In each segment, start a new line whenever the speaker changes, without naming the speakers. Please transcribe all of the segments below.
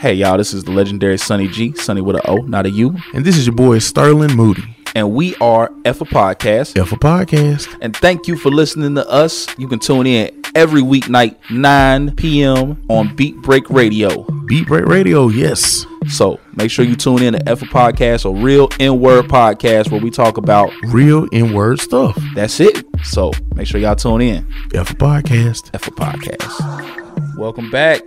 Hey, y'all, this is the legendary Sunny G, Sunny with a O, not a U.
And this is your boy Sterling Moody.
And we are F a Podcast.
F a podcast.
And thank you for listening to us. You can tune in every weeknight, 9 p.m. on Beat Break Radio.
Beat Break Radio, yes.
So make sure you tune in to F a Podcast or Real N Word Podcast where we talk about
Real in word stuff.
that's it. So make sure y'all tune in.
F a podcast.
F a Podcast. Welcome back.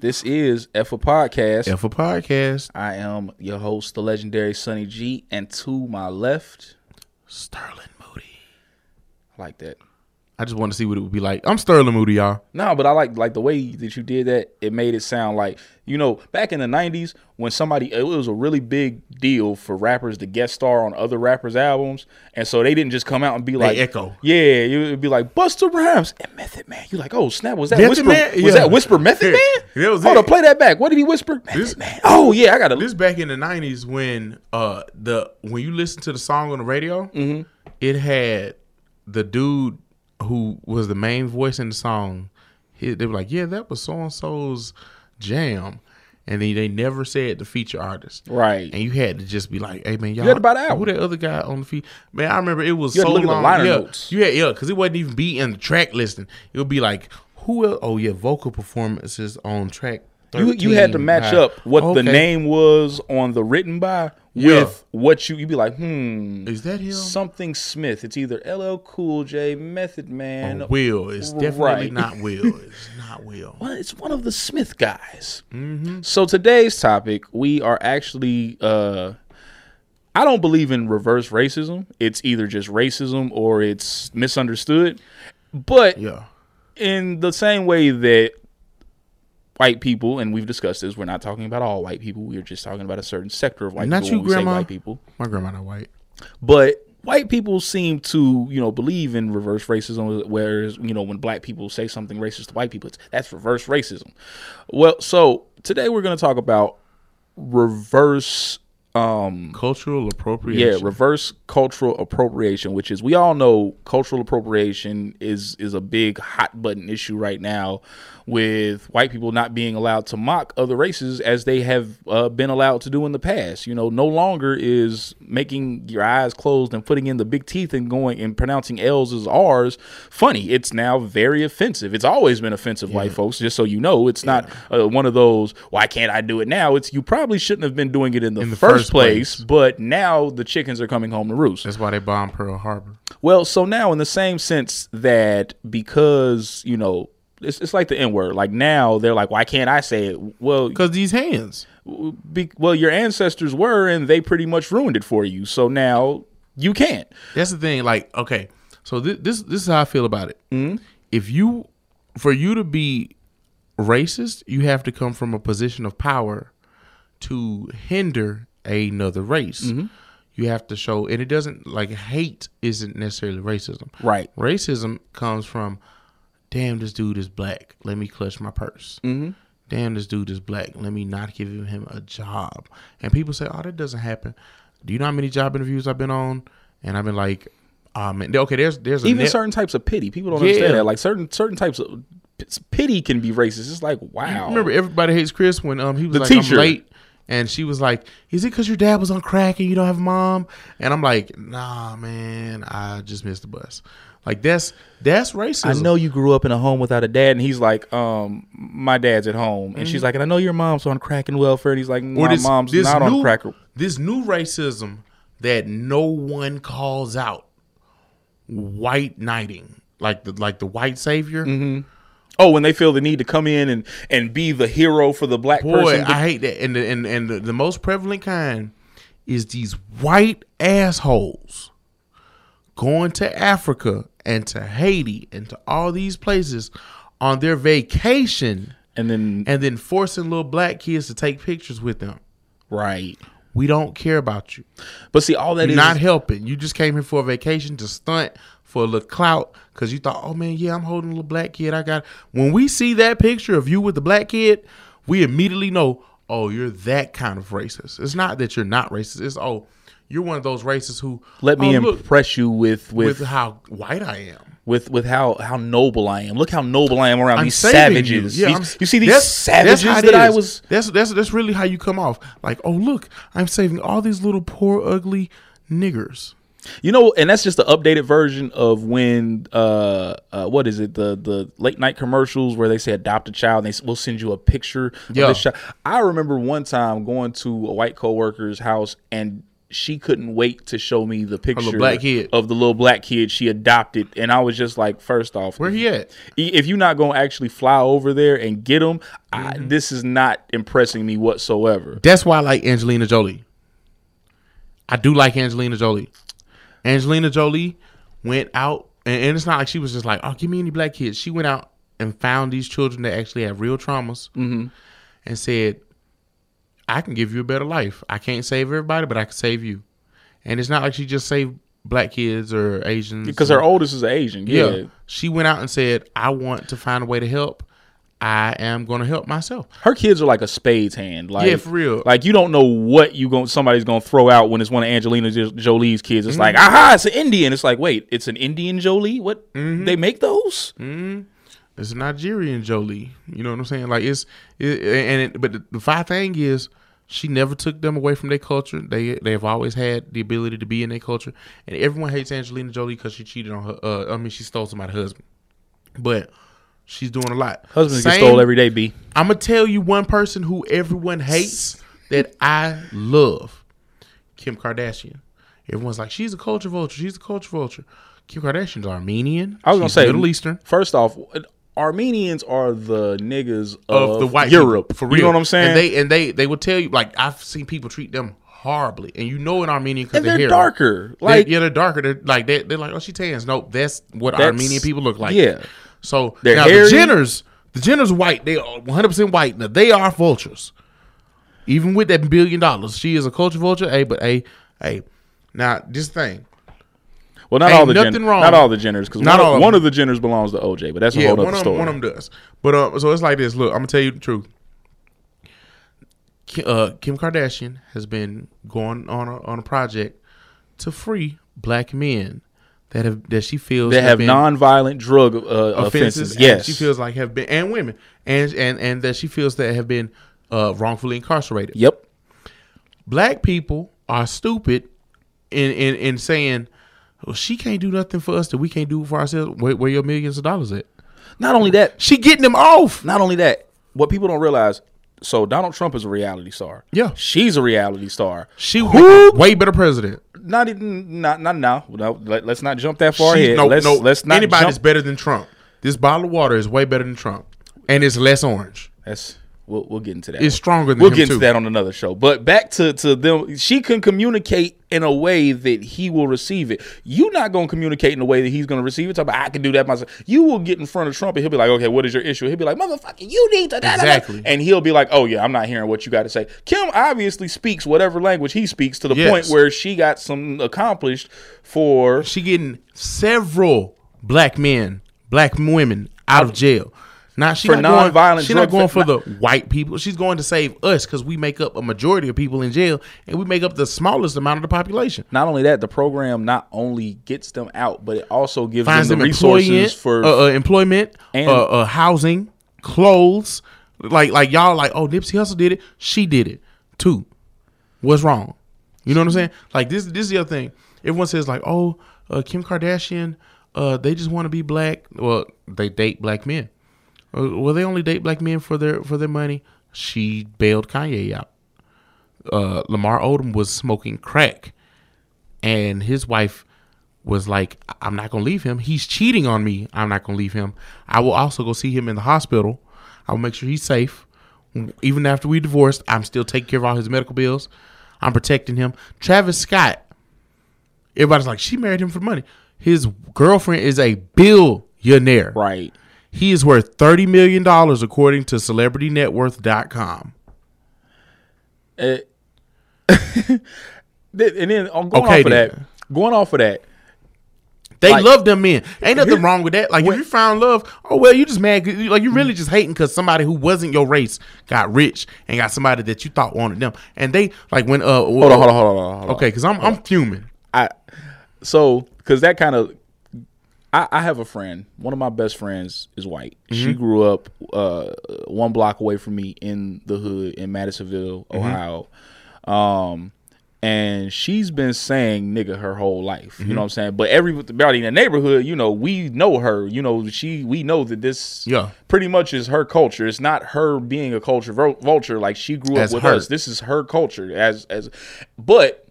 This is F a Podcast.
F a podcast.
I am your host, the legendary Sunny G, and to my left,
Sterling Moody.
I like that.
I just want to see what it would be like. I'm Sterling Moody, y'all.
No, but I like like the way that you did that. It made it sound like you know back in the '90s when somebody it was a really big deal for rappers to guest star on other rappers' albums, and so they didn't just come out and be like
echo.
Yeah, it would be like Buster Rhymes and Method Man. You like, oh snap, was that
Method
whisper?
Man?
Was
Yeah.
that whisper Method Man?
That was
Hold
it.
on, play that back. What did he whisper? Method
This-
Man. Oh yeah, I got to.
This back in the nineties when uh the when you listen to the song on the radio, it had the dude who was the main voice in the song. He, they were like, "Yeah, that was so and so's jam," and they, they never said the feature artist.
Right.
And you had to just be like, "Hey man, y'all,
had about an hour.
who that other guy on the feet?" Man, I remember it was
You had
so
to look at the
long.
liner
yeah,
notes.
you had yeah, because it wasn't even be in the track listing. It would be like, "Who else? Oh yeah, vocal performances on track."
You you had to
13
match
by-
up what the
Okay.
name was on the written by
Yeah.
with what you you'd be like, hmm.
Is that him?
something Smith. It's either LL Cool J, Method Man.
Will. It's definitely
Right.
not Will. It's not Will.
well, it's one of the Smith guys.
Mm-hmm.
So today's topic, we are actually. Uh, I don't believe in reverse racism. It's either just racism or it's misunderstood. But
Yeah.
in the same way that white people, and we've discussed this, we're not talking about all white people. We're just talking about a certain sector of white
Not
people.
you,
when we say
Grandma.
white people.
My grandma not white.
but white people seem to you know believe in reverse racism whereas you know when black people say something racist to white people it's, that's reverse racism well so today we're going to talk about reverse um
Cultural
yeah
appropriation.
reverse cultural appropriation which is we all know cultural appropriation is is a big hot button issue right now with white people not being allowed to mock other races as they have uh, been allowed to do in the past you know no longer is making your eyes closed and putting in the big teeth and going and pronouncing l's as r's funny it's now very offensive it's always been offensive white folks just so you know it's not uh, one of those why can't i do it now it's you probably shouldn't have been doing it in the,
the
first,
first
place
place.
but now the chickens are coming home to roost.
That's why they bombed Pearl Harbor.
Well, so now in the same sense that because you know it's, it's like the N word. Like now they're like, why can't I say it? Well,
Because these hands.
be, well, your ancestors were, and they pretty much ruined it for you. So now you can't.
That's the thing. Like, okay. So thi- this this is how I feel about it. If you, for you to be racist, you have to come from a position of power to hinder another race. You have to show, and it doesn't like hate isn't necessarily racism.
Right.
Racism comes from, damn, this dude is black. Let me clutch my purse. Mm-hmm. Damn, this dude is black. Let me not give him a job. And people say, oh, that doesn't happen. Do you know how many job interviews I've been on? And I've been like, oh, man. Okay, there's there's a
Even
net-
certain types of pity, people don't
Yeah.
understand that. Like certain certain types of it's- pity can be racist. It's like wow.
Remember, everybody hates Chris when um he was
The
like,
teacher.
I'm late. And she was like, "Is it because your dad was on crack and you don't have a mom?" And I'm like, "Nah, man, I just missed the bus. Like that's that's racism.
I know you grew up in a home without a dad, and he's like, um, my dad's at home, and she's like, and I know your mom's on crack and welfare, and he's like, my mom's not on crack.
This new racism that no one calls out, white knighting, like the like the white savior.
Oh, when they feel the need to come in and and be the hero for the black
Boy,
person.
I hate that. And the, and and the, the most prevalent kind is these white assholes going to Africa and to Haiti and to all these places on their vacation,
and then
and then forcing little black kids to take pictures with them.
right,
We don't care about you.
but see, all that is
not helping. You just came here for a vacation to stunt for a little clout because you thought, oh man, yeah, I'm holding a little black kid. I got. When we see that picture of you with the black kid, we immediately know, oh, you're that kind of racist. It's not that you're not racist. It's oh, you're one of those racists who
let me
oh, look
impress you with with,
with how white I am.
with with how how noble I am. Look how noble I am around
I'm
these
saving you.
savages.
Yeah,
these,
I'm-
you see these
that's- that's
savages
how it
that I
is.
was.
That's that's that's really how you come off. Like, oh look, I'm saving all these little poor ugly niggers.
You know, and that's just the updated version of when uh, uh what is it the the late night commercials where they say adopt a child and they s- will send you a picture
Yeah.
of this child. I remember one time going to a white coworker's house and she couldn't wait to show me the picture
black kid.
of the little black kid she adopted, and I was just like, first off,
Where he at?
i- if you're not gonna actually fly over there and get him, I,
Mm-hmm.
this is not impressing me whatsoever.
That's why I like Angelina Jolie. I do like Angelina Jolie. Angelina Jolie went out, and, and it's not like she was just like, "Oh, give me any black kids." She went out and found these children that actually have real traumas,
Mm-hmm.
and said, "I can give you a better life. I can't save everybody, but I can save you." And it's not like she just saved black kids or Asians
Because her oldest is an Asian,
yeah.
yeah.
She went out and said, "I want to find a way to help. I am going to help myself."
her kids are like a spades hand. Like,
Yeah, for real.
Like you don't know what you going somebody's gonna throw out when it's one of Angelina Jo- Jolie's kids. It's like, aha, it's an Indian. It's like, wait, it's an Indian Jolie. What they make those?
It's a Nigerian Jolie. You know what I'm saying? Like it's it, and it, but the, the fine thing is she never took them away from their culture. They they have always had the ability to be in their culture. And everyone hates Angelina Jolie because she cheated on her. Uh, I mean, she stole somebody's husband, but she's doing a lot.
Husbands get
Same-
stole every day. B.
I'm gonna tell you one person who everyone hates that I love, Kim Kardashian. Everyone's like, she's a culture vulture. She's a culture vulture. Kim Kardashian's Armenian.
I was gonna
She's
say
Middle Eastern.
First off, Armenians are the niggas of,
of, the white people,
Europe.
for real.
You know what I'm saying?
And they and they they will tell you like I've seen people treat them horribly, and you know an Armenian because
And they're
hair.
darker.
They're-
Like
yeah, they're darker. They're like they they're like oh she tans. Nope, that's what
That's-
Armenian people look like.
yeah.
So
They're
now
hairy.
the Jenners, the Jenners are white. They are 100 percent white. Now they are vultures. Even with that billion dollars, she is a culture vulture. Hey, but hey, hey. Now this thing,
well, not
ain't
all the
nothing
Jen-
wrong.
not all the Jenners because
Not
one,
all
of-
of
one of the Jenners belongs to OJ, but that's a
yeah,
whole
one
other
of,
story.
them, one of them does. But uh, so it's like this. Look, I'm gonna tell you the truth. Ki- uh, Kim Kardashian has been going on a, on a project to free black men that have that she feels
they have
been
non-violent drug uh, offenses.
offenses. and
Yes,
she feels like have been and women and and and that she feels that have been uh, wrongfully incarcerated.
Yep.
Black people are stupid in in in saying. Well, she can't do nothing for us that we can't do for ourselves. Where, where your millions of dollars at?
Not only that,
She getting them off.
not only that, what people don't realize, so Donald Trump is a reality star.
Yeah.
she's a reality star.
She was way better president.
Not even not not now. No, let, us not jump that far
She's-
ahead. let's let's not
anybody's
jump.
better than Trump. This bottle of water is way better than Trump, and it's less orange.
That's we'll, we'll get into that.
It's
one.
stronger than
We'll
him,
get into
too.
that on another show. But back to to them, she can communicate in a way that he will receive it. you not going to communicate in a way that he's going to receive it. Talk about I can do that myself. You will get in front of Trump and he'll be like, okay, what is your issue? He'll be like, motherfucker, you need to da-da-da."
Exactly.
And he'll be like, oh yeah, I'm not hearing what you got to say. Kim obviously speaks whatever language he speaks to the
Yes.
point where she got some accomplished for
She getting several black men, black women out of jail. Now she
For
not going,
nonviolent
she not
drug
going
fa-
for the white people. She's going to save us because we make up a majority of people in jail, and we make up the smallest amount of the population.
not only that, the program not only gets them out, but it also gives
Finds
them
them
the resources
employment,
for
uh, uh, employment,
And-
uh, uh, housing, clothes. Like like y'all like oh Nipsey Hussle did it, she did it too. What's wrong? You know what I'm saying? Like this this is the other thing. Everyone says like oh uh, Kim Kardashian, uh, they just want to be black. Well, they date black men. Uh, well, they only date black men for their for their money. She bailed Kanye out. Uh, Lamar Odom was smoking crack, and his wife was like, "I- "I'm not gonna leave him. He's cheating on me. I'm not gonna leave him. I will also go see him in the hospital. I'll make sure he's safe. Even after we divorced, I'm still taking care of all his medical bills. I'm protecting him. Travis Scott. Everybody's like, she married him for money. His girlfriend is a billionaire.
right.
He is worth $30 million according to celebritynetworth.com.
Uh, th- and then on going
Okay,
off of
then.
that, going off of that,
They
Like-
love them men. Ain't nothing
Here-
wrong with that. Like if you found love, oh well, you just mad. 'cause you- Like you really just hating because somebody who wasn't your race got rich and got somebody that you thought wanted them. And they like when uh
hold on, hold on, hold on, hold on. Hold on.
okay, because I'm I'm fuming.
I so because that kind of I, I have a friend. One of my best friends is white.
Mm-hmm.
She grew up uh, one block away from me in the hood in Madisonville,
Mm-hmm.
Ohio. Um, and she's been saying nigga her whole life.
Mm-hmm.
You know what I'm saying? But everybody in the neighborhood, you know, we know her. You know, she we know that this
Yeah.
pretty much is her culture. It's not her being a culture vul- vulture. Like she grew up
As
with
her.
us. This is her culture. As as, but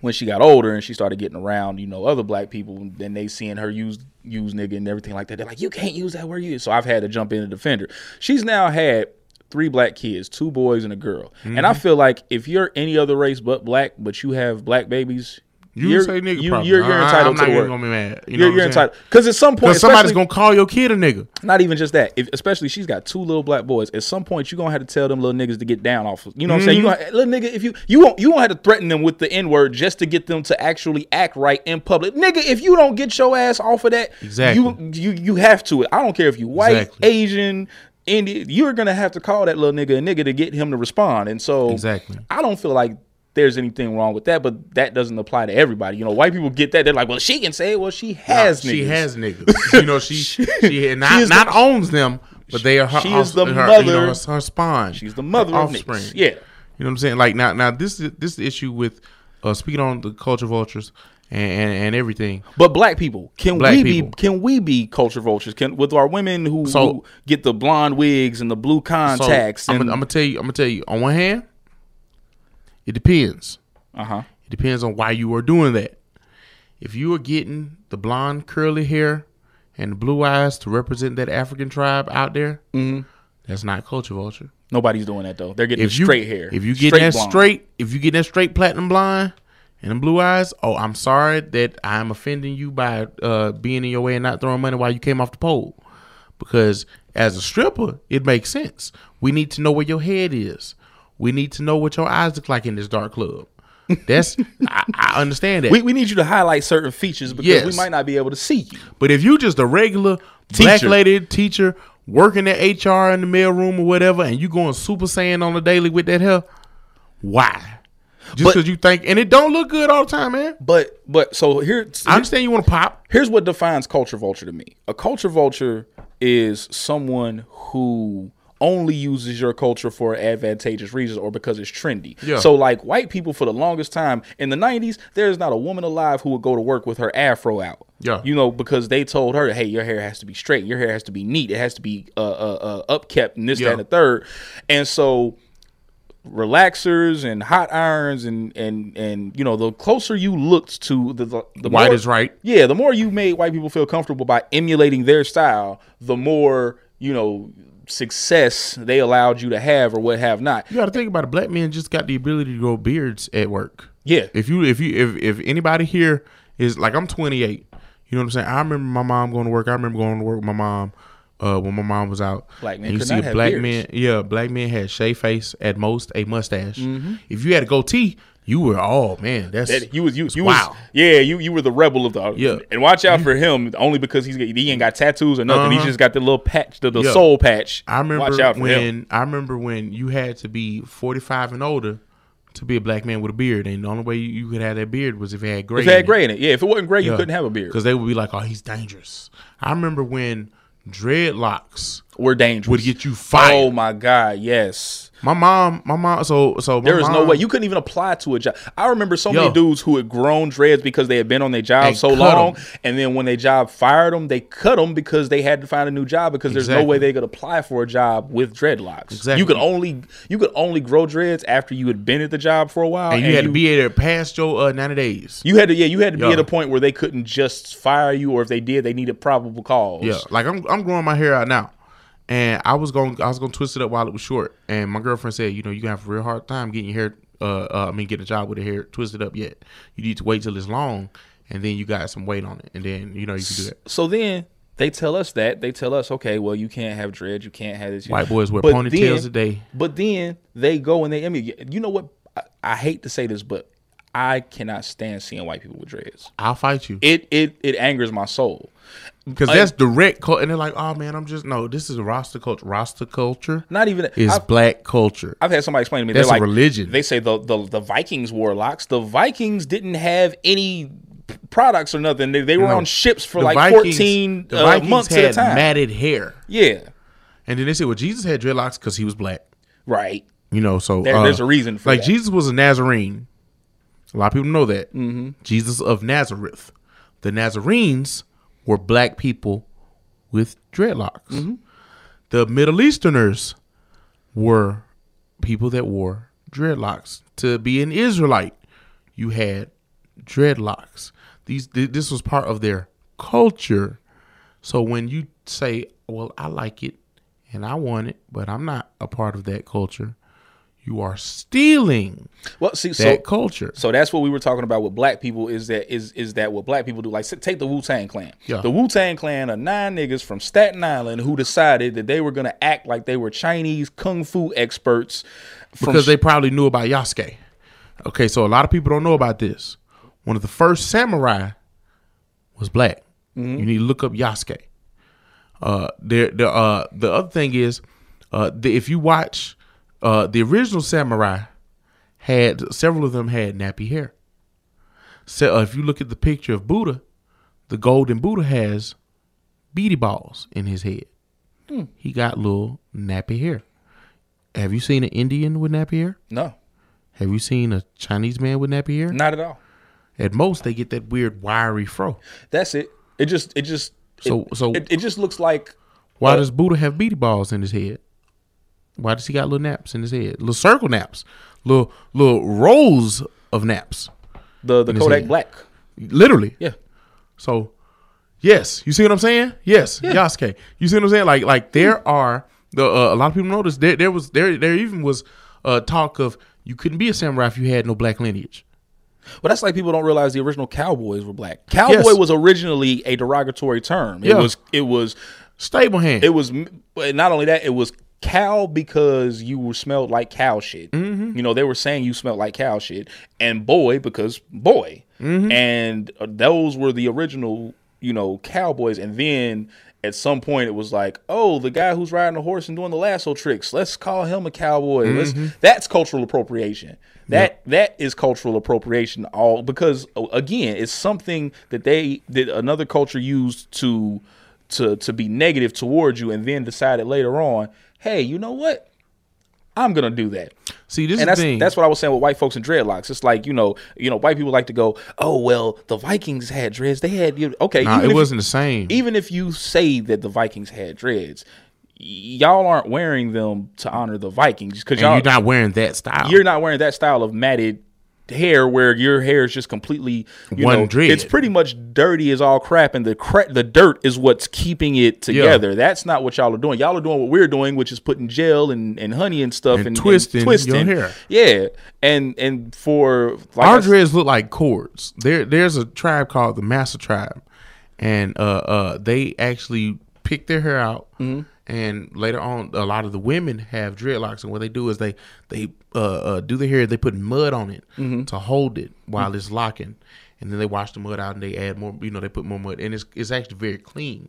when she got older and she started getting around, you know, other black people, then they seeing her use use nigga and everything like that. They're like, you can't use that word. You so I've had to jump in and defend her. She's now had three black kids, two boys and a girl, and
Mm-hmm.
I feel like if you're any other race but black, but you have black babies,
You
you're-
say nigga
you,
problem.
you're, you're
I-
entitled
I'm
to the
not
word.
even gonna be mad. You know
You're,
what
you're
I'm saying?
entitled because at some point,
Because somebody's
especially-
gonna call your kid a nigga.
not even just that. If, especially she's got two little black boys. At some point, you're gonna have to tell them little niggas to get down off. of- You know what I'm saying?
Mm-hmm.
You gonna, little nigga, if you you won't you won't have to threaten them with the n word just to get them to actually act right in public. Nigga, if you don't get your ass off of that,
Exactly.
You you you have to it. I don't care if you white,
Exactly.
Asian, Indian. You're gonna have to call that little nigga a nigga to get him to respond. And so
Exactly.
I don't feel like. There's anything wrong with that, but that doesn't apply to everybody. You know, white people get that. They're like, "Well, she can say it. Well, she has
She
niggas.
has niggas. You know, she she not,
is
not owns them, but they are her.
She is
offs-
the
her, You
mother-
know, her, her spawn.
She's the mother
her
of niggas. Yeah,
You know what I'm saying? Like now, now this is this is the issue with uh, speaking on the culture vultures and and, and everything.
But black people, can
Black
we
people.
be can we be culture vultures? Can with our women who,
So-
who get the blonde wigs and the blue
So
contacts
I'm,
and
gonna- I'm gonna tell you. I'm gonna tell you. On one hand, it depends.
uh-huh.
It depends on why you are doing that. If you are getting the blonde curly hair and the blue eyes to represent that African tribe out there,
Mm-hmm.
that's not culture vulture.
Nobody's doing that though. They're getting
If
the
you
straight hair.
if you get that
blonde.
straight, if you get that straight platinum blonde and them blue eyes, oh, I'm sorry that I'm offending you by uh, being in your way and not throwing money while you came off the pole. Because as a stripper, it makes sense. We need to know where your head is. We need to know what your eyes look like in this dark club. That's I, I understand that.
we, we need you to highlight certain features because we
Yes.
might not be able to see you.
But if you just a regular black
Teacher.
lady teacher working at HR in the mailroom or whatever, and you going super saiyan on the daily with that hair, why? Just
But-
because you think and it don't look good all the time, man.
But but so here
I understand you want to pop.
here's what defines culture vulture to me. A culture vulture is someone who only uses your culture for advantageous reasons or because it's trendy.
Yeah.
So like white people for the longest time in the 90s, there's not a woman alive who would go to work with her afro out.
Yeah.
You know, because they told her, "Hey, your hair has to be straight. Your hair has to be neat. It has to be uh uh, uh upkept and this
Yeah.
that and the third. And so relaxers and hot irons and and and you know the closer you looked to the the, the
White
more-
is right.
yeah, the more you made white people feel comfortable by emulating their style, the more, you know, success they allowed you to have or what have not.
You got to think about it. Black men just got the ability to grow beards at work.
Yeah.
If you if you if if anybody here is like I'm 28, you know what I'm saying. I remember my mom going to work. I remember going to work with my mom uh, when my mom was out.
Black men
And you
could
see
not
a
have
black
beards.
man, yeah, black men had shaved face at most a mustache. If you had a goatee, you were oh man, that's
Mm-hmm. That- you was you,
that's
you
wow.
was yeah you you were the rebel of the
Yeah.
and watch out for him only because he's he ain't got tattoos or nothing he
Uh-huh.
just got the little patch the, the
Yeah.
soul patch
I remember
watch out for
when
him
I remember when you had to be 45 and older to be a black man with a beard, and the only way you, you could have that beard was if it had gray.
if
in
it had
it.
gray in it yeah if it wasn't gray you couldn't have a beard
because they would be like, "Oh, he's dangerous." I remember when dreadlocks
we're dangerous
would get you fired.
oh my god yes
My mom, my mom. So, so my
There is no
mom
way you couldn't even apply to a job. I remember so many
Yo.
dudes who had grown dreads because they had been on their job
And
so
cut
long,
'em.
and then when their job fired them, they cut them because they had to find a new job because there's no
Exactly.
way they could apply for a job with dreadlocks.
Exactly.
You could only you could only grow dreads after you had been at the job for a while,
and you had to be there past your uh, ninety days.
you had to yeah you had to
Yo.
be at a point where they couldn't just fire you, or if they did, they needed probable cause.
Yeah, like I'm, I'm growing my hair out now, and I was going, I was going to twist it up while it was short. And my girlfriend said, you know, you gonna have a real hard time getting your hair. Uh, uh, I mean, getting a job with the hair twisted up yet. You need to wait till it's long, and then you got some weight on it, and then you know you can do that.
So then they tell us that they tell us, okay, well you can't have dreads, you can't have this. you-
White boys wear
But
ponytails
then-
today.
But then they go and they. I mean, you know what? I, I hate to say this, but I cannot stand seeing white people with dreads.
I'll fight you.
It it it angers my soul.
Because that's direct, cul- and they're like, "Oh man, I'm just no. This is Rasta culture. Rasta culture
Not even
is
I've,
black culture.
I've had somebody explain to me
That's
they're
a
like
religion.
They say the, the the Vikings wore locks. The Vikings didn't have any products or nothing. They, they were
No.
on ships for
The
like
Vikings-
14
the
uh,
Vikings
months
had
at a time.
matted hair,
yeah,
and then they said, "Well, Jesus had dreadlocks because he was black."
right.
You know, so
There-
uh,
there's a reason for
like
that.
Jesus was a Nazarene. A lot of people know that
Mm-hmm.
Jesus of Nazareth. The Nazarenes were black people with dreadlocks.
Mm-hmm.
The Middle Easterners were people that wore dreadlocks. To be an Israelite, you had dreadlocks. These th- this was part of their culture. So when you say, "Well, I like it and I want it, but I'm not a part of that culture," you are stealing
Well, see, so
that culture.
So that's what we were talking about with black people is that is is that what black people do? Like s- take the Wu Tang Clan.
Yeah.
The Wu Tang Clan are nine niggas from Staten Island who decided that they were gonna act like they were Chinese kung fu experts. From
because they probably knew about Yasuke. Okay, so a lot of people don't know about this. One of the first samurai was black. You need to look up Yasuke. Uh, there, the uh, the other thing is, uh, the, if you watch uh, the original samurai, had several of them had nappy hair. So uh, if you look at the picture of Buddha, the golden Buddha has beady balls in his head. He got little nappy hair. Have you seen an Indian with nappy hair?
no,
Have you seen a Chinese man with nappy hair?
not at all.
At most, they get that weird wiry fro.
That's Mm. it. It just it just
So-
it,
so-
it, uh, it just looks like
Why does Buddha have beady balls in his head? Why does he got little naps in his head? Little circle naps, little little rows of naps,
the the
me see.
Kodak Black.
literally.
Yeah.
So, yes, you see what I'm saying? Yes, Yasuke. You see what I'm saying? Like, like
Mm.
there are the uh, a lot of people notice there there was there there even was uh, talk of you couldn't be a samurai if you had no black lineage.
But that's like people don't realize the original cowboys were black. Cowboy
Yes.
was originally a derogatory term. It
Yeah.
was it was
Stable hand.
it was but not only that it was cow because you were smelled like cow shit you know they were saying you smelled like cow shit and boy because boy and uh, those were the original you know cowboys and then at some point it was like oh the guy who's riding a horse and doing the lasso tricks let's call him a cowboy let's, that's cultural appropriation that that is cultural appropriation all because uh, again it's something that they that another culture used to to to be negative towards you and then decided later on, hey, you know what? I'm gonna do that.
see, this is
And
the
that's
thing.
that's what I was saying with white folks and dreadlocks. It's like, you know, you know, white people like to go, Oh, well, the Vikings had dreads. They had you okay,
Nah,
even
it
if-
wasn't the same.
even if you say that the Vikings had dreads, y- y'all aren't wearing them to honor the Vikings because
and
y'all
you're not wearing that style.
you're not wearing that style of matted hair where your hair is just completely you
One
know,
dread.
It's pretty much dirty as all crap, and the cra- the dirt is what's keeping it together. That's not what y'all are doing. Y'all are doing what we're doing, which is putting gel and, and honey and stuff and,
twisting your hair.
Yeah, and and for like I
Our
s-
dreads look like cords. There, there's a tribe called the Master Tribe, and uh, uh, they actually pick their hair out.
Mm-hmm.
And later on, a lot of the women have dreadlocks, and what they do is they they uh, uh, do their hair. They put mud on it
Mm-hmm.
to hold it while it's locking, and then they wash the mud out and they add more. You know, they put more mud, and it's it's actually very clean.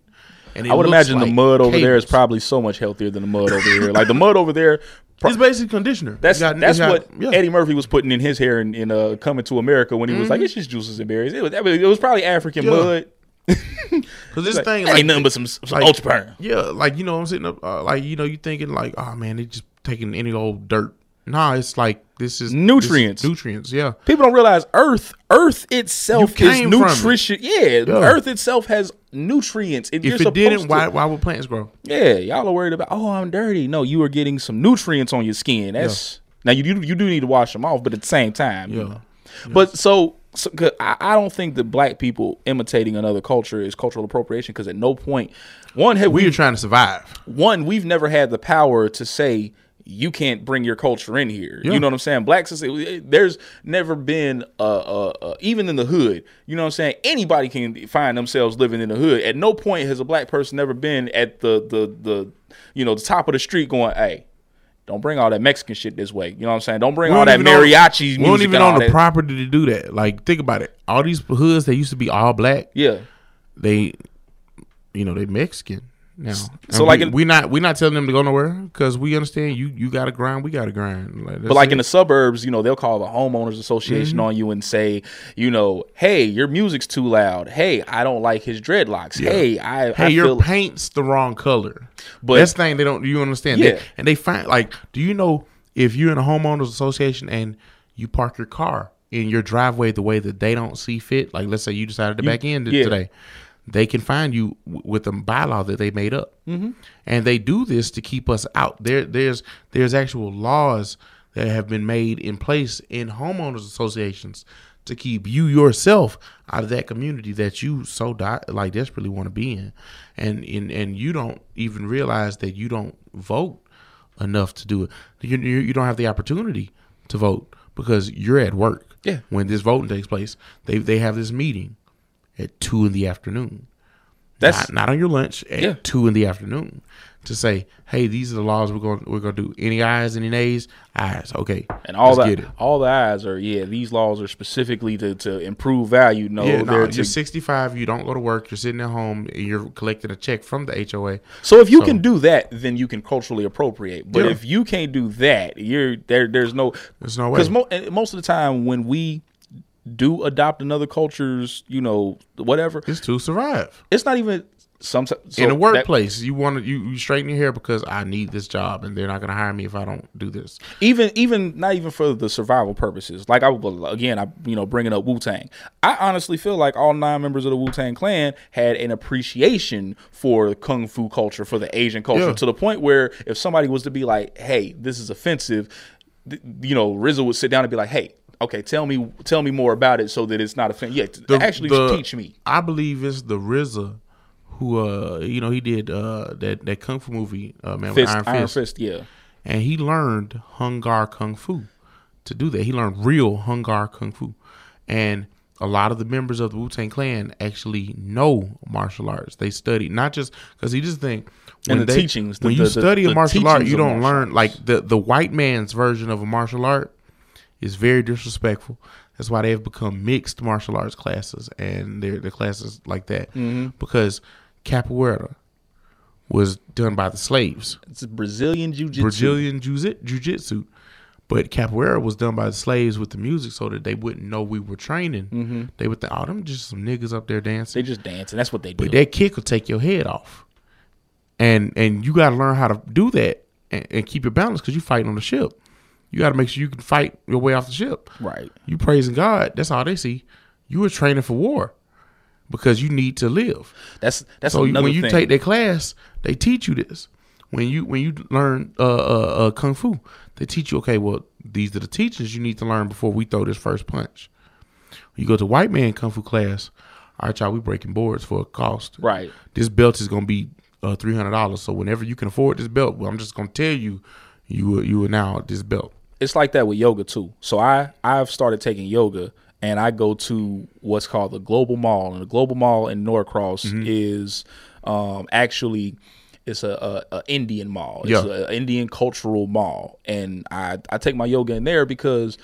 And it
I would
looks
imagine the
like
mud over there is
cables.
probably so much healthier than the mud over here. Like the mud over there. pro-
it's basically conditioner.
That's
It's got-
that's
it's got-
what
yeah.
Eddie Murphy was putting in his hair in, in uh, Coming to America when he was like,
Mm-hmm.
it's just juices and berries. It was, I mean, it was probably African mud.
Because this thing, like,
ain't nothing but some, some
like-
ultra perm.
yeah, like you know, I'm sitting up, uh, like you know, you thinking like, oh man, they just taking any old dirt. Nah, it's like this is this is
Nutrients.
nutrients, yeah.
People don't realize Earth, Earth itself
You
is
came from it.
nutrition. Yeah, Earth itself has nutrients. If
If it didn't, why why would plants grow?
Yeah, y'all are worried about. Oh, I'm dirty. No, you are getting some nutrients on your skin. That's now you do you do need to wash them off, but at the same time, you
Yeah.
know. But so, so 'cause I, I don't think that black people imitating another culture is cultural appropriation because at no point one have
We
we
were trying to survive.
one we've never had the power to say you can't bring your culture in here. You know what I'm saying? Blacks, is- there's never been a, a, a even in the hood. You know what I'm saying? Anybody can find themselves living in the hood. At no point has a black person ever been at the the the you know the top of the street going, hey. Don't bring all that Mexican shit this way. You know what I'm saying? Don't bring
We
all
don't
that
even on-
mariachi music.
We don't even
and all
on the
that.
property to do that. Like think about it. All these hoods that used to be all black,
yeah,
they, you know, they Mexican. now.
so
And
like
we,
in-
we not we not telling them to go nowhere because we understand you you got to grind, we got to grind. Like,
But like in the suburbs, you know, they'll call the homeowners association
Mm-hmm.
on you and say, you know, hey, your music's too loud. Hey, I don't like his dreadlocks. Hey, I,
hey,
I
your
feel
paint's the wrong color.
But-
But that's the thing they don't. You understand? They-
Yeah.
and they find like, do you know if you're in a homeowners association and you park your car in your driveway the way that they don't see fit, like let's say you decided to back in
yeah.
today, they can find you w- with a bylaw that they made up, mm-hmm. and they do this to keep us out. There, there's there's actual laws that have been made in place in homeowners associations to keep you yourself out of that community that you so di- like desperately want to be in, and and and you don't even realize that you don't vote enough to do it. You you, you don't have the opportunity to vote because you're at work.
Yeah.
When this voting takes place, they they have this meeting at two in the afternoon.
That's-
not, not on your lunch at
Yeah.
two in the afternoon to say, hey, these are the laws we're going we're going to do. Any ayes, any nays, ayes. Okay,
and all
let's
that
Get it.
all the eyes are, yeah, these laws are specifically to, to improve value. No,
Yeah, no,
they're
you're
to
65. You don't go to work. You're sitting at home. And you're collecting a check from the HOA.
So if you
So-
can do that, then you can culturally appropriate. But
Yeah.
if you can't do that, you're there. There's no
There's no way.
because mo- and most of the time when we do adopt another culture's, you know, whatever,
It's to survive.
it's not even some so
in the
that-
workplace, you want to you, you straighten your hair because I need this job, and they're not going to hire me if I don't do this.
even even not even for the survival purposes. Like I well, again, I you know bringing up Wu Tang. I honestly feel like all nine members of the Wu Tang Clan had an appreciation for kung fu culture, for the Asian culture,
Yeah.
to the point where if somebody was to be like, "Hey, this is offensive," th- you know, Rizzo would sit down and be like, "Hey." Okay, tell me, tell me more about it so that it's not offensive. Yeah, t-
The-
actually,
the-
teach me.
I believe it's the RZA who, uh, you know, he did uh, that that kung fu movie, uh, man, with
Fist,
Iron, Fist,
yeah.
and he learned Hungar kung fu to do that. He learned real Hungar kung fu, and a lot of the members of the Wu Tang Clan actually know martial arts. They study not just because he just think
And the teachings, the-
when
the-
you
the-
study
the
a martial art,
teachings
you
of
don't
martial
learn like the the white man's version of a martial art is very disrespectful. That's why they have become mixed martial arts classes and their the classes like that
Mm-hmm.
because capoeira was done by the slaves.
It's Brazilian Jiu Jitsu.
Brazilian jiu-jitsu. jiu-jitsu. But capoeira was done by the slaves with the music so that they wouldn't know we were training. They would think, oh, them just some niggas up there dancing.
They just dance, and that's what they do.
But that kick will take your head off. And and you got to learn how to do that and, and keep your balance because you're fighting on the ship. You got to make sure you can fight your way off the ship.
right.
You praising God. That's all they see. You were training for war because you need to live.
That's that's
So
another
when you
thing.
take their class, they teach you this. When you when you learn uh, uh, uh, kung fu, they teach you. Okay, well these are the teachings you need to learn before we throw this first punch. You go to white man kung fu class. All right, y'all, we breaking boards for a cost.
Right.
This belt is gonna be uh, three hundred dollars. So whenever you can afford this belt, well, I'm just gonna tell you, you are- you are now at this belt.
it's like that with yoga too. So I I've started taking yoga and I go to what's called the Global Mall and the Global Mall in Norcross
Mm-hmm.
is um actually it's a, a, a Indian mall. It's
Yeah.
an Indian cultural mall and I I take my yoga in there because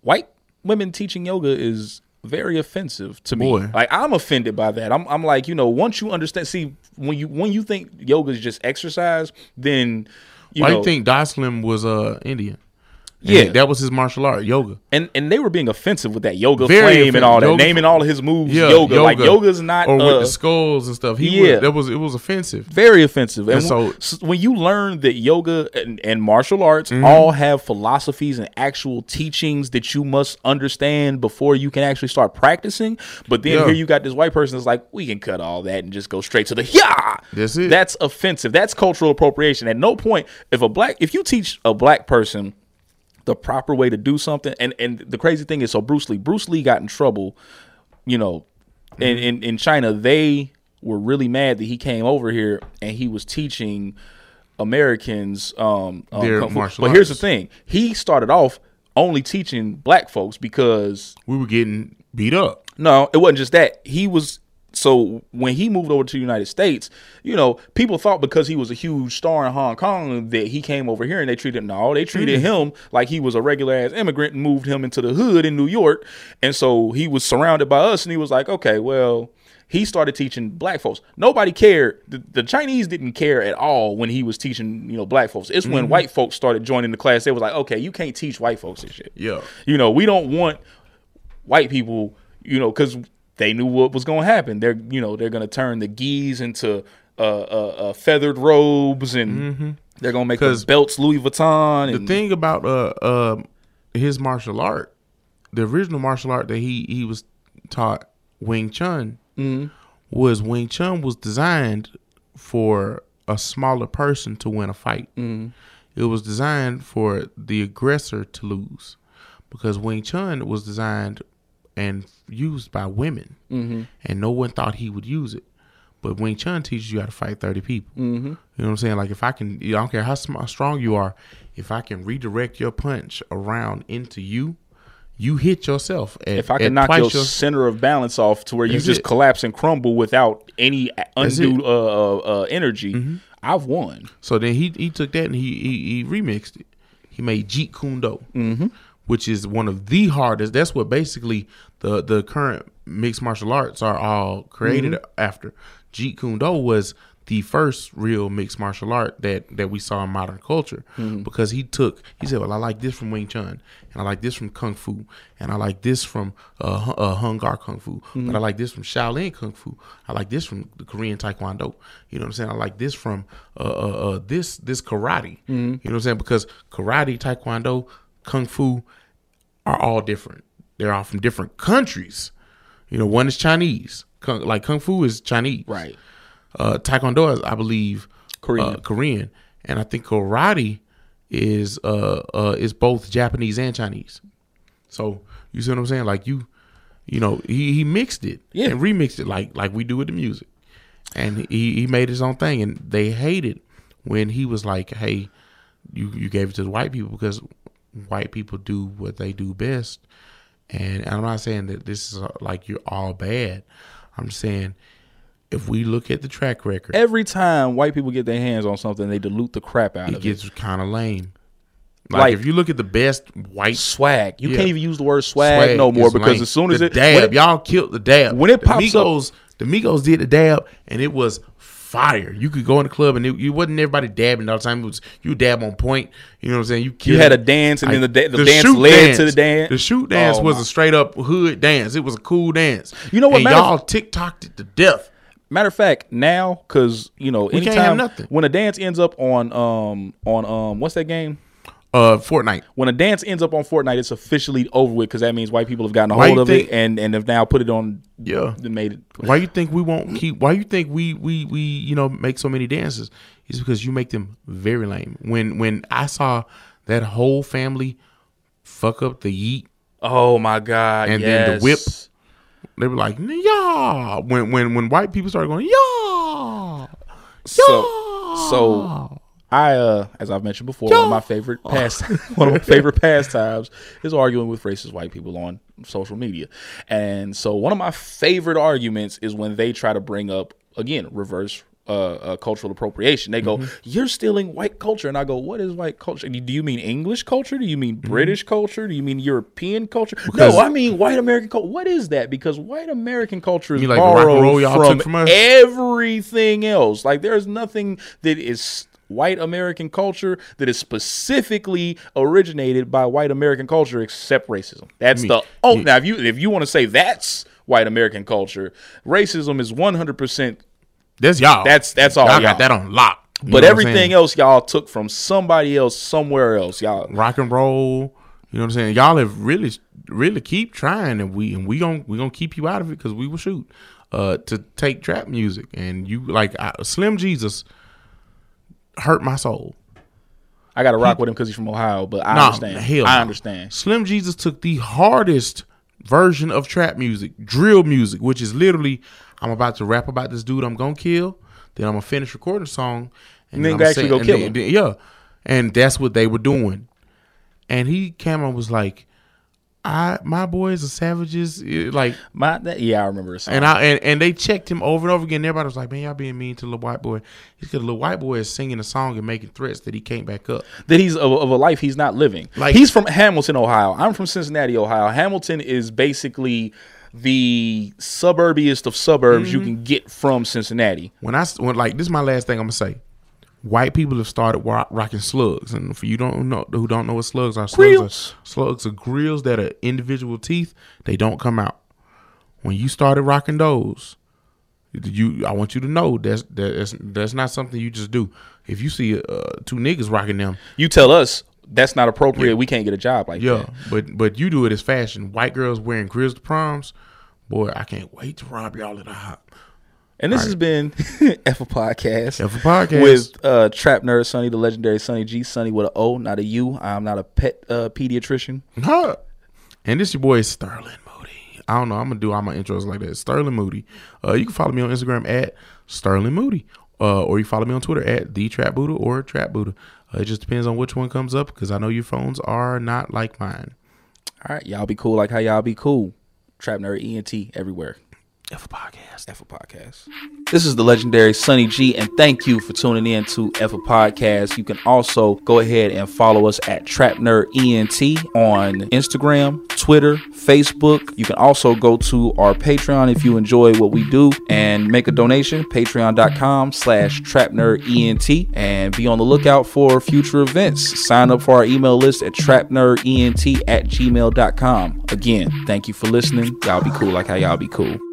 white women teaching yoga is very offensive to me.
Boy.
Like I'm offended by that. I'm I'm like, you know, once you understand see when you when you think yoga is just exercise, then you
Why
know,
you think Daslim was uh Indian? And
Yeah.
that was his martial art, yoga.
and and they were being offensive with that yoga
Very
flame and
offensive.
all that,
Yoga-
naming all of his moves yoga. Like yoga's not
or
uh,
with the skulls and stuff. He
Yeah.
was, that was it was offensive.
very offensive. And,
And
so
so-
when you learn that yoga and, and martial arts
Mm-hmm.
all have philosophies and actual teachings that you must understand before you can actually start practicing, but then
Yeah.
here you got this white person that's like, we can cut all that and just go straight to the yeah.
That's it.
That's offensive. That's cultural appropriation. At no point if a black if you teach a black person the proper way to do something. And and the crazy thing is, so Bruce Lee, Bruce Lee got in trouble, you know,
Mm-hmm.
in in, in China they were really mad that he came over here and he was teaching Americans um, um,
Their
kung fu.
martial
But here's the
arts.
thing: he started off only teaching black folks because
We were getting beat up.
no, it wasn't just that. He was so when he moved over to the United States, you know, people thought because he was a huge star in Hong Kong that he came over here and they treated him no, they treated him like he was a regular ass immigrant and moved him into the hood in New York. And so he was surrounded by us and he was like, Okay, well, He started teaching black folks. Nobody cared. The, the Chinese didn't care at all when he was teaching, you know, black folks. It's when white folks started joining the class. They was like, okay, you can't teach white folks this shit.
Yeah.
You know, we don't want white people, you know, because they knew what was going to happen. They're, you know, they're going to turn the geese into uh, uh, uh, feathered robes and they're going to make
Mm-hmm. 'Cause
those belts Louis Vuitton.
The
And,
thing about uh um his martial art, the original martial art that he he was taught Wing Chun was Wing Chun was designed for a smaller person to win a fight. It was designed for the aggressor to lose because Wing Chun was designed and used by women, and no one thought he would use it. But Wing Chun teaches you how to fight thirty people. Mm-hmm. You know what I'm saying? Like if I can, I don't care how sm- strong you are, if I can redirect your punch around into you, you hit yourself. At,
if I
at
can knock
twice
your
your-
center of balance off to where you
That's
just
it.
collapse and crumble without any undue
it. Mm-hmm.
uh, uh, uh, energy, I've won.
So then he he took that and he he, he remixed it. He made Jeet Kune Do,
Mm-hmm.
which is one of the hardest. That's what basically the the current mixed martial arts are all created
Mm-hmm.
after. Jeet Kune Do was the first real mixed martial art that that we saw in modern culture
Mm-hmm.
because he took he said well I like this from Wing Chun and I like this from Kung Fu and I like this from uh, Hu- uh Hungar Kung Fu but I like this from Shaolin Kung Fu I like this from the Korean Taekwondo you know what I'm saying I like this from uh, uh, uh this this karate you know what I'm saying because karate Taekwondo Kung Fu are all different. They're all from different countries. You know, one is Chinese. Kung, like Kung Fu is Chinese.
Right.
Uh, Taekwondo is, I believe,
Korean.
Uh, Korean. And I think karate is uh, uh is both Japanese and Chinese. So you see what I'm saying? Like you, you know, he, he mixed it
Yeah.
and remixed it like like we do with the music. And he, he made his own thing and they hated when he was like, Hey, you, you gave it to the white people because white people do what they do best. And I'm not saying that this is uh, like you're all bad. I'm saying if we look at the track record,
Every time white people get their hands on something, they dilute the crap out
it
of it.
gets kind of lame.
Like-
Like if you look at the best white
Swag. You
Yeah.
can't even use the word swag,
swag
no more
is
because
lame.
as soon as
the
it
dab,
when it-
y'all killed the dab.
when it
the
pops up-
Migos, the Migos did the dab, and it was fire. You could go in the club, and it, it wasn't everybody dabbing all the time. It was you dab on point. You know what I'm saying? You
you
killed
had a
it.
dance and then the,
Like,
da- the, dance
shoot
led to the dance.
The shoot dance
Oh,
was
my.
a straight up hood dance. It was a cool dance.
You know what,
And
matter-
y'all TikToked it to death.
Matter of fact, now because you know
can't have
anytime
nothing.
when a dance ends up on um on um what's that game?
Uh, Fortnite.
When a dance ends up on Fortnite, it's officially over with because that means white people have gotten a
Why
hold
you
of
think-
it and and have now put it on.
Yeah.
they made it.
Why you think we won't keep? Why you think we we we you know make so many dances? Is because you make them very lame. When when I saw that whole family fuck up the yeet,
Oh my god!
And
yes.
then the whip. they were like, "Yeah." When when when white people started going, "Yeah,
So so I uh as I've mentioned before, one of my favorite past one of my favorite pastimes is arguing with racist white people on social media. And so one of my favorite arguments is when they try to bring up again reverse uh, uh, cultural appropriation. They go, "You're stealing white culture," and I go, "What is white culture? Do you mean English culture? Do you mean British culture? Do you mean European culture?
Because-
no, I mean white American culture. What is that? Because white American culture is
You like the rock and
borrowed
roll y'all
from,
took from us?
everything else. Like there's nothing that is white American culture that is specifically originated by white American culture except racism. That's the oh now if you if you want to say that's white American culture, racism is one hundred percent
that's y'all.
That's- that's all
Y'all
y'all.
got that on lock.
but
You know what I'm
everything
saying?
else y'all took from somebody else somewhere else. Y'all
rock and roll. You know what I'm saying? Y'all have really, really keep trying, and we and we gon' we gonna keep you out of it because we will shoot. Uh, to take trap music and you like I, Slim Jesus hurt my soul.
I gotta rock with him because he's from Ohio, but I
Nah,
understand.
hell
I
no.
understand.
Slim Jesus took the hardest version of trap music, drill music, which is literally I'm about to rap about this dude I'm gonna kill, then I'm gonna finish recording a song, and
then
I'm
go actually
say-
go
and
kill
then-
him.
then- yeah, and that's what they were doing. And he came and was like, "I my boys are savages," eh, like,
My that, yeah, I remember the song.
and I and, and they checked him over and over again. Everybody was like, "Man, y'all being mean to the little white boy." He's because little white boy is singing a song and making threats that he can't back up.
that he's of, of a life he's not living.
Like-
he's from Hamilton, Ohio. I'm from Cincinnati, Ohio. Hamilton is basically the suburbiest of suburbs
Mm-hmm.
you can get from Cincinnati.
When I s- when like this is my last thing I'm gonna say. White people have started rock, rocking slugs, and for you don't know who don't know what slugs are, slugs
Grills.
are slugs are grills that are individual teeth. They don't come out. When you started rocking those, you I want you to know that's that's that's not something you just do. If you see uh, two niggas rocking them,
You tell us that's not appropriate. We can't get a job like
yeah,
that.
but but you do it as fashion. White girls wearing grills to proms, boy, I can't wait to rob y'all at a hop.
And this has been F a podcast.
F a podcast.
with uh, Trap Nerd Sonny, the legendary Sonny G, Sonny with a O, not a U. I'm not a pet uh, pediatrician.
Huh. And this your boy Sterling Moody. I don't know. I'm gonna do all my intros like that. Sterling Moody. Uh, you can follow me on Instagram at Sterling Moody, uh, or you follow me on Twitter at the Trap Buddha or Trap Buddha. Uh, it just depends on which one comes up because I know your phones are not like mine.
All right, y'all be cool like how y'all be cool. Trap Nerd ENT everywhere.
F a podcast.
F a podcast. This is the legendary Sonny G, and thank you for tuning in to F a podcast. You can also go ahead and follow us at Trap Nerd ENT on Instagram, Twitter, Facebook. You can also go to our Patreon if you enjoy what we do and make a donation. Patreon.com slash Trap Nerd ENT, and be on the lookout for future events. Sign up for our email list at trapnerdent at gmail.com. Again, thank you for listening. Y'all be cool like how y'all be cool.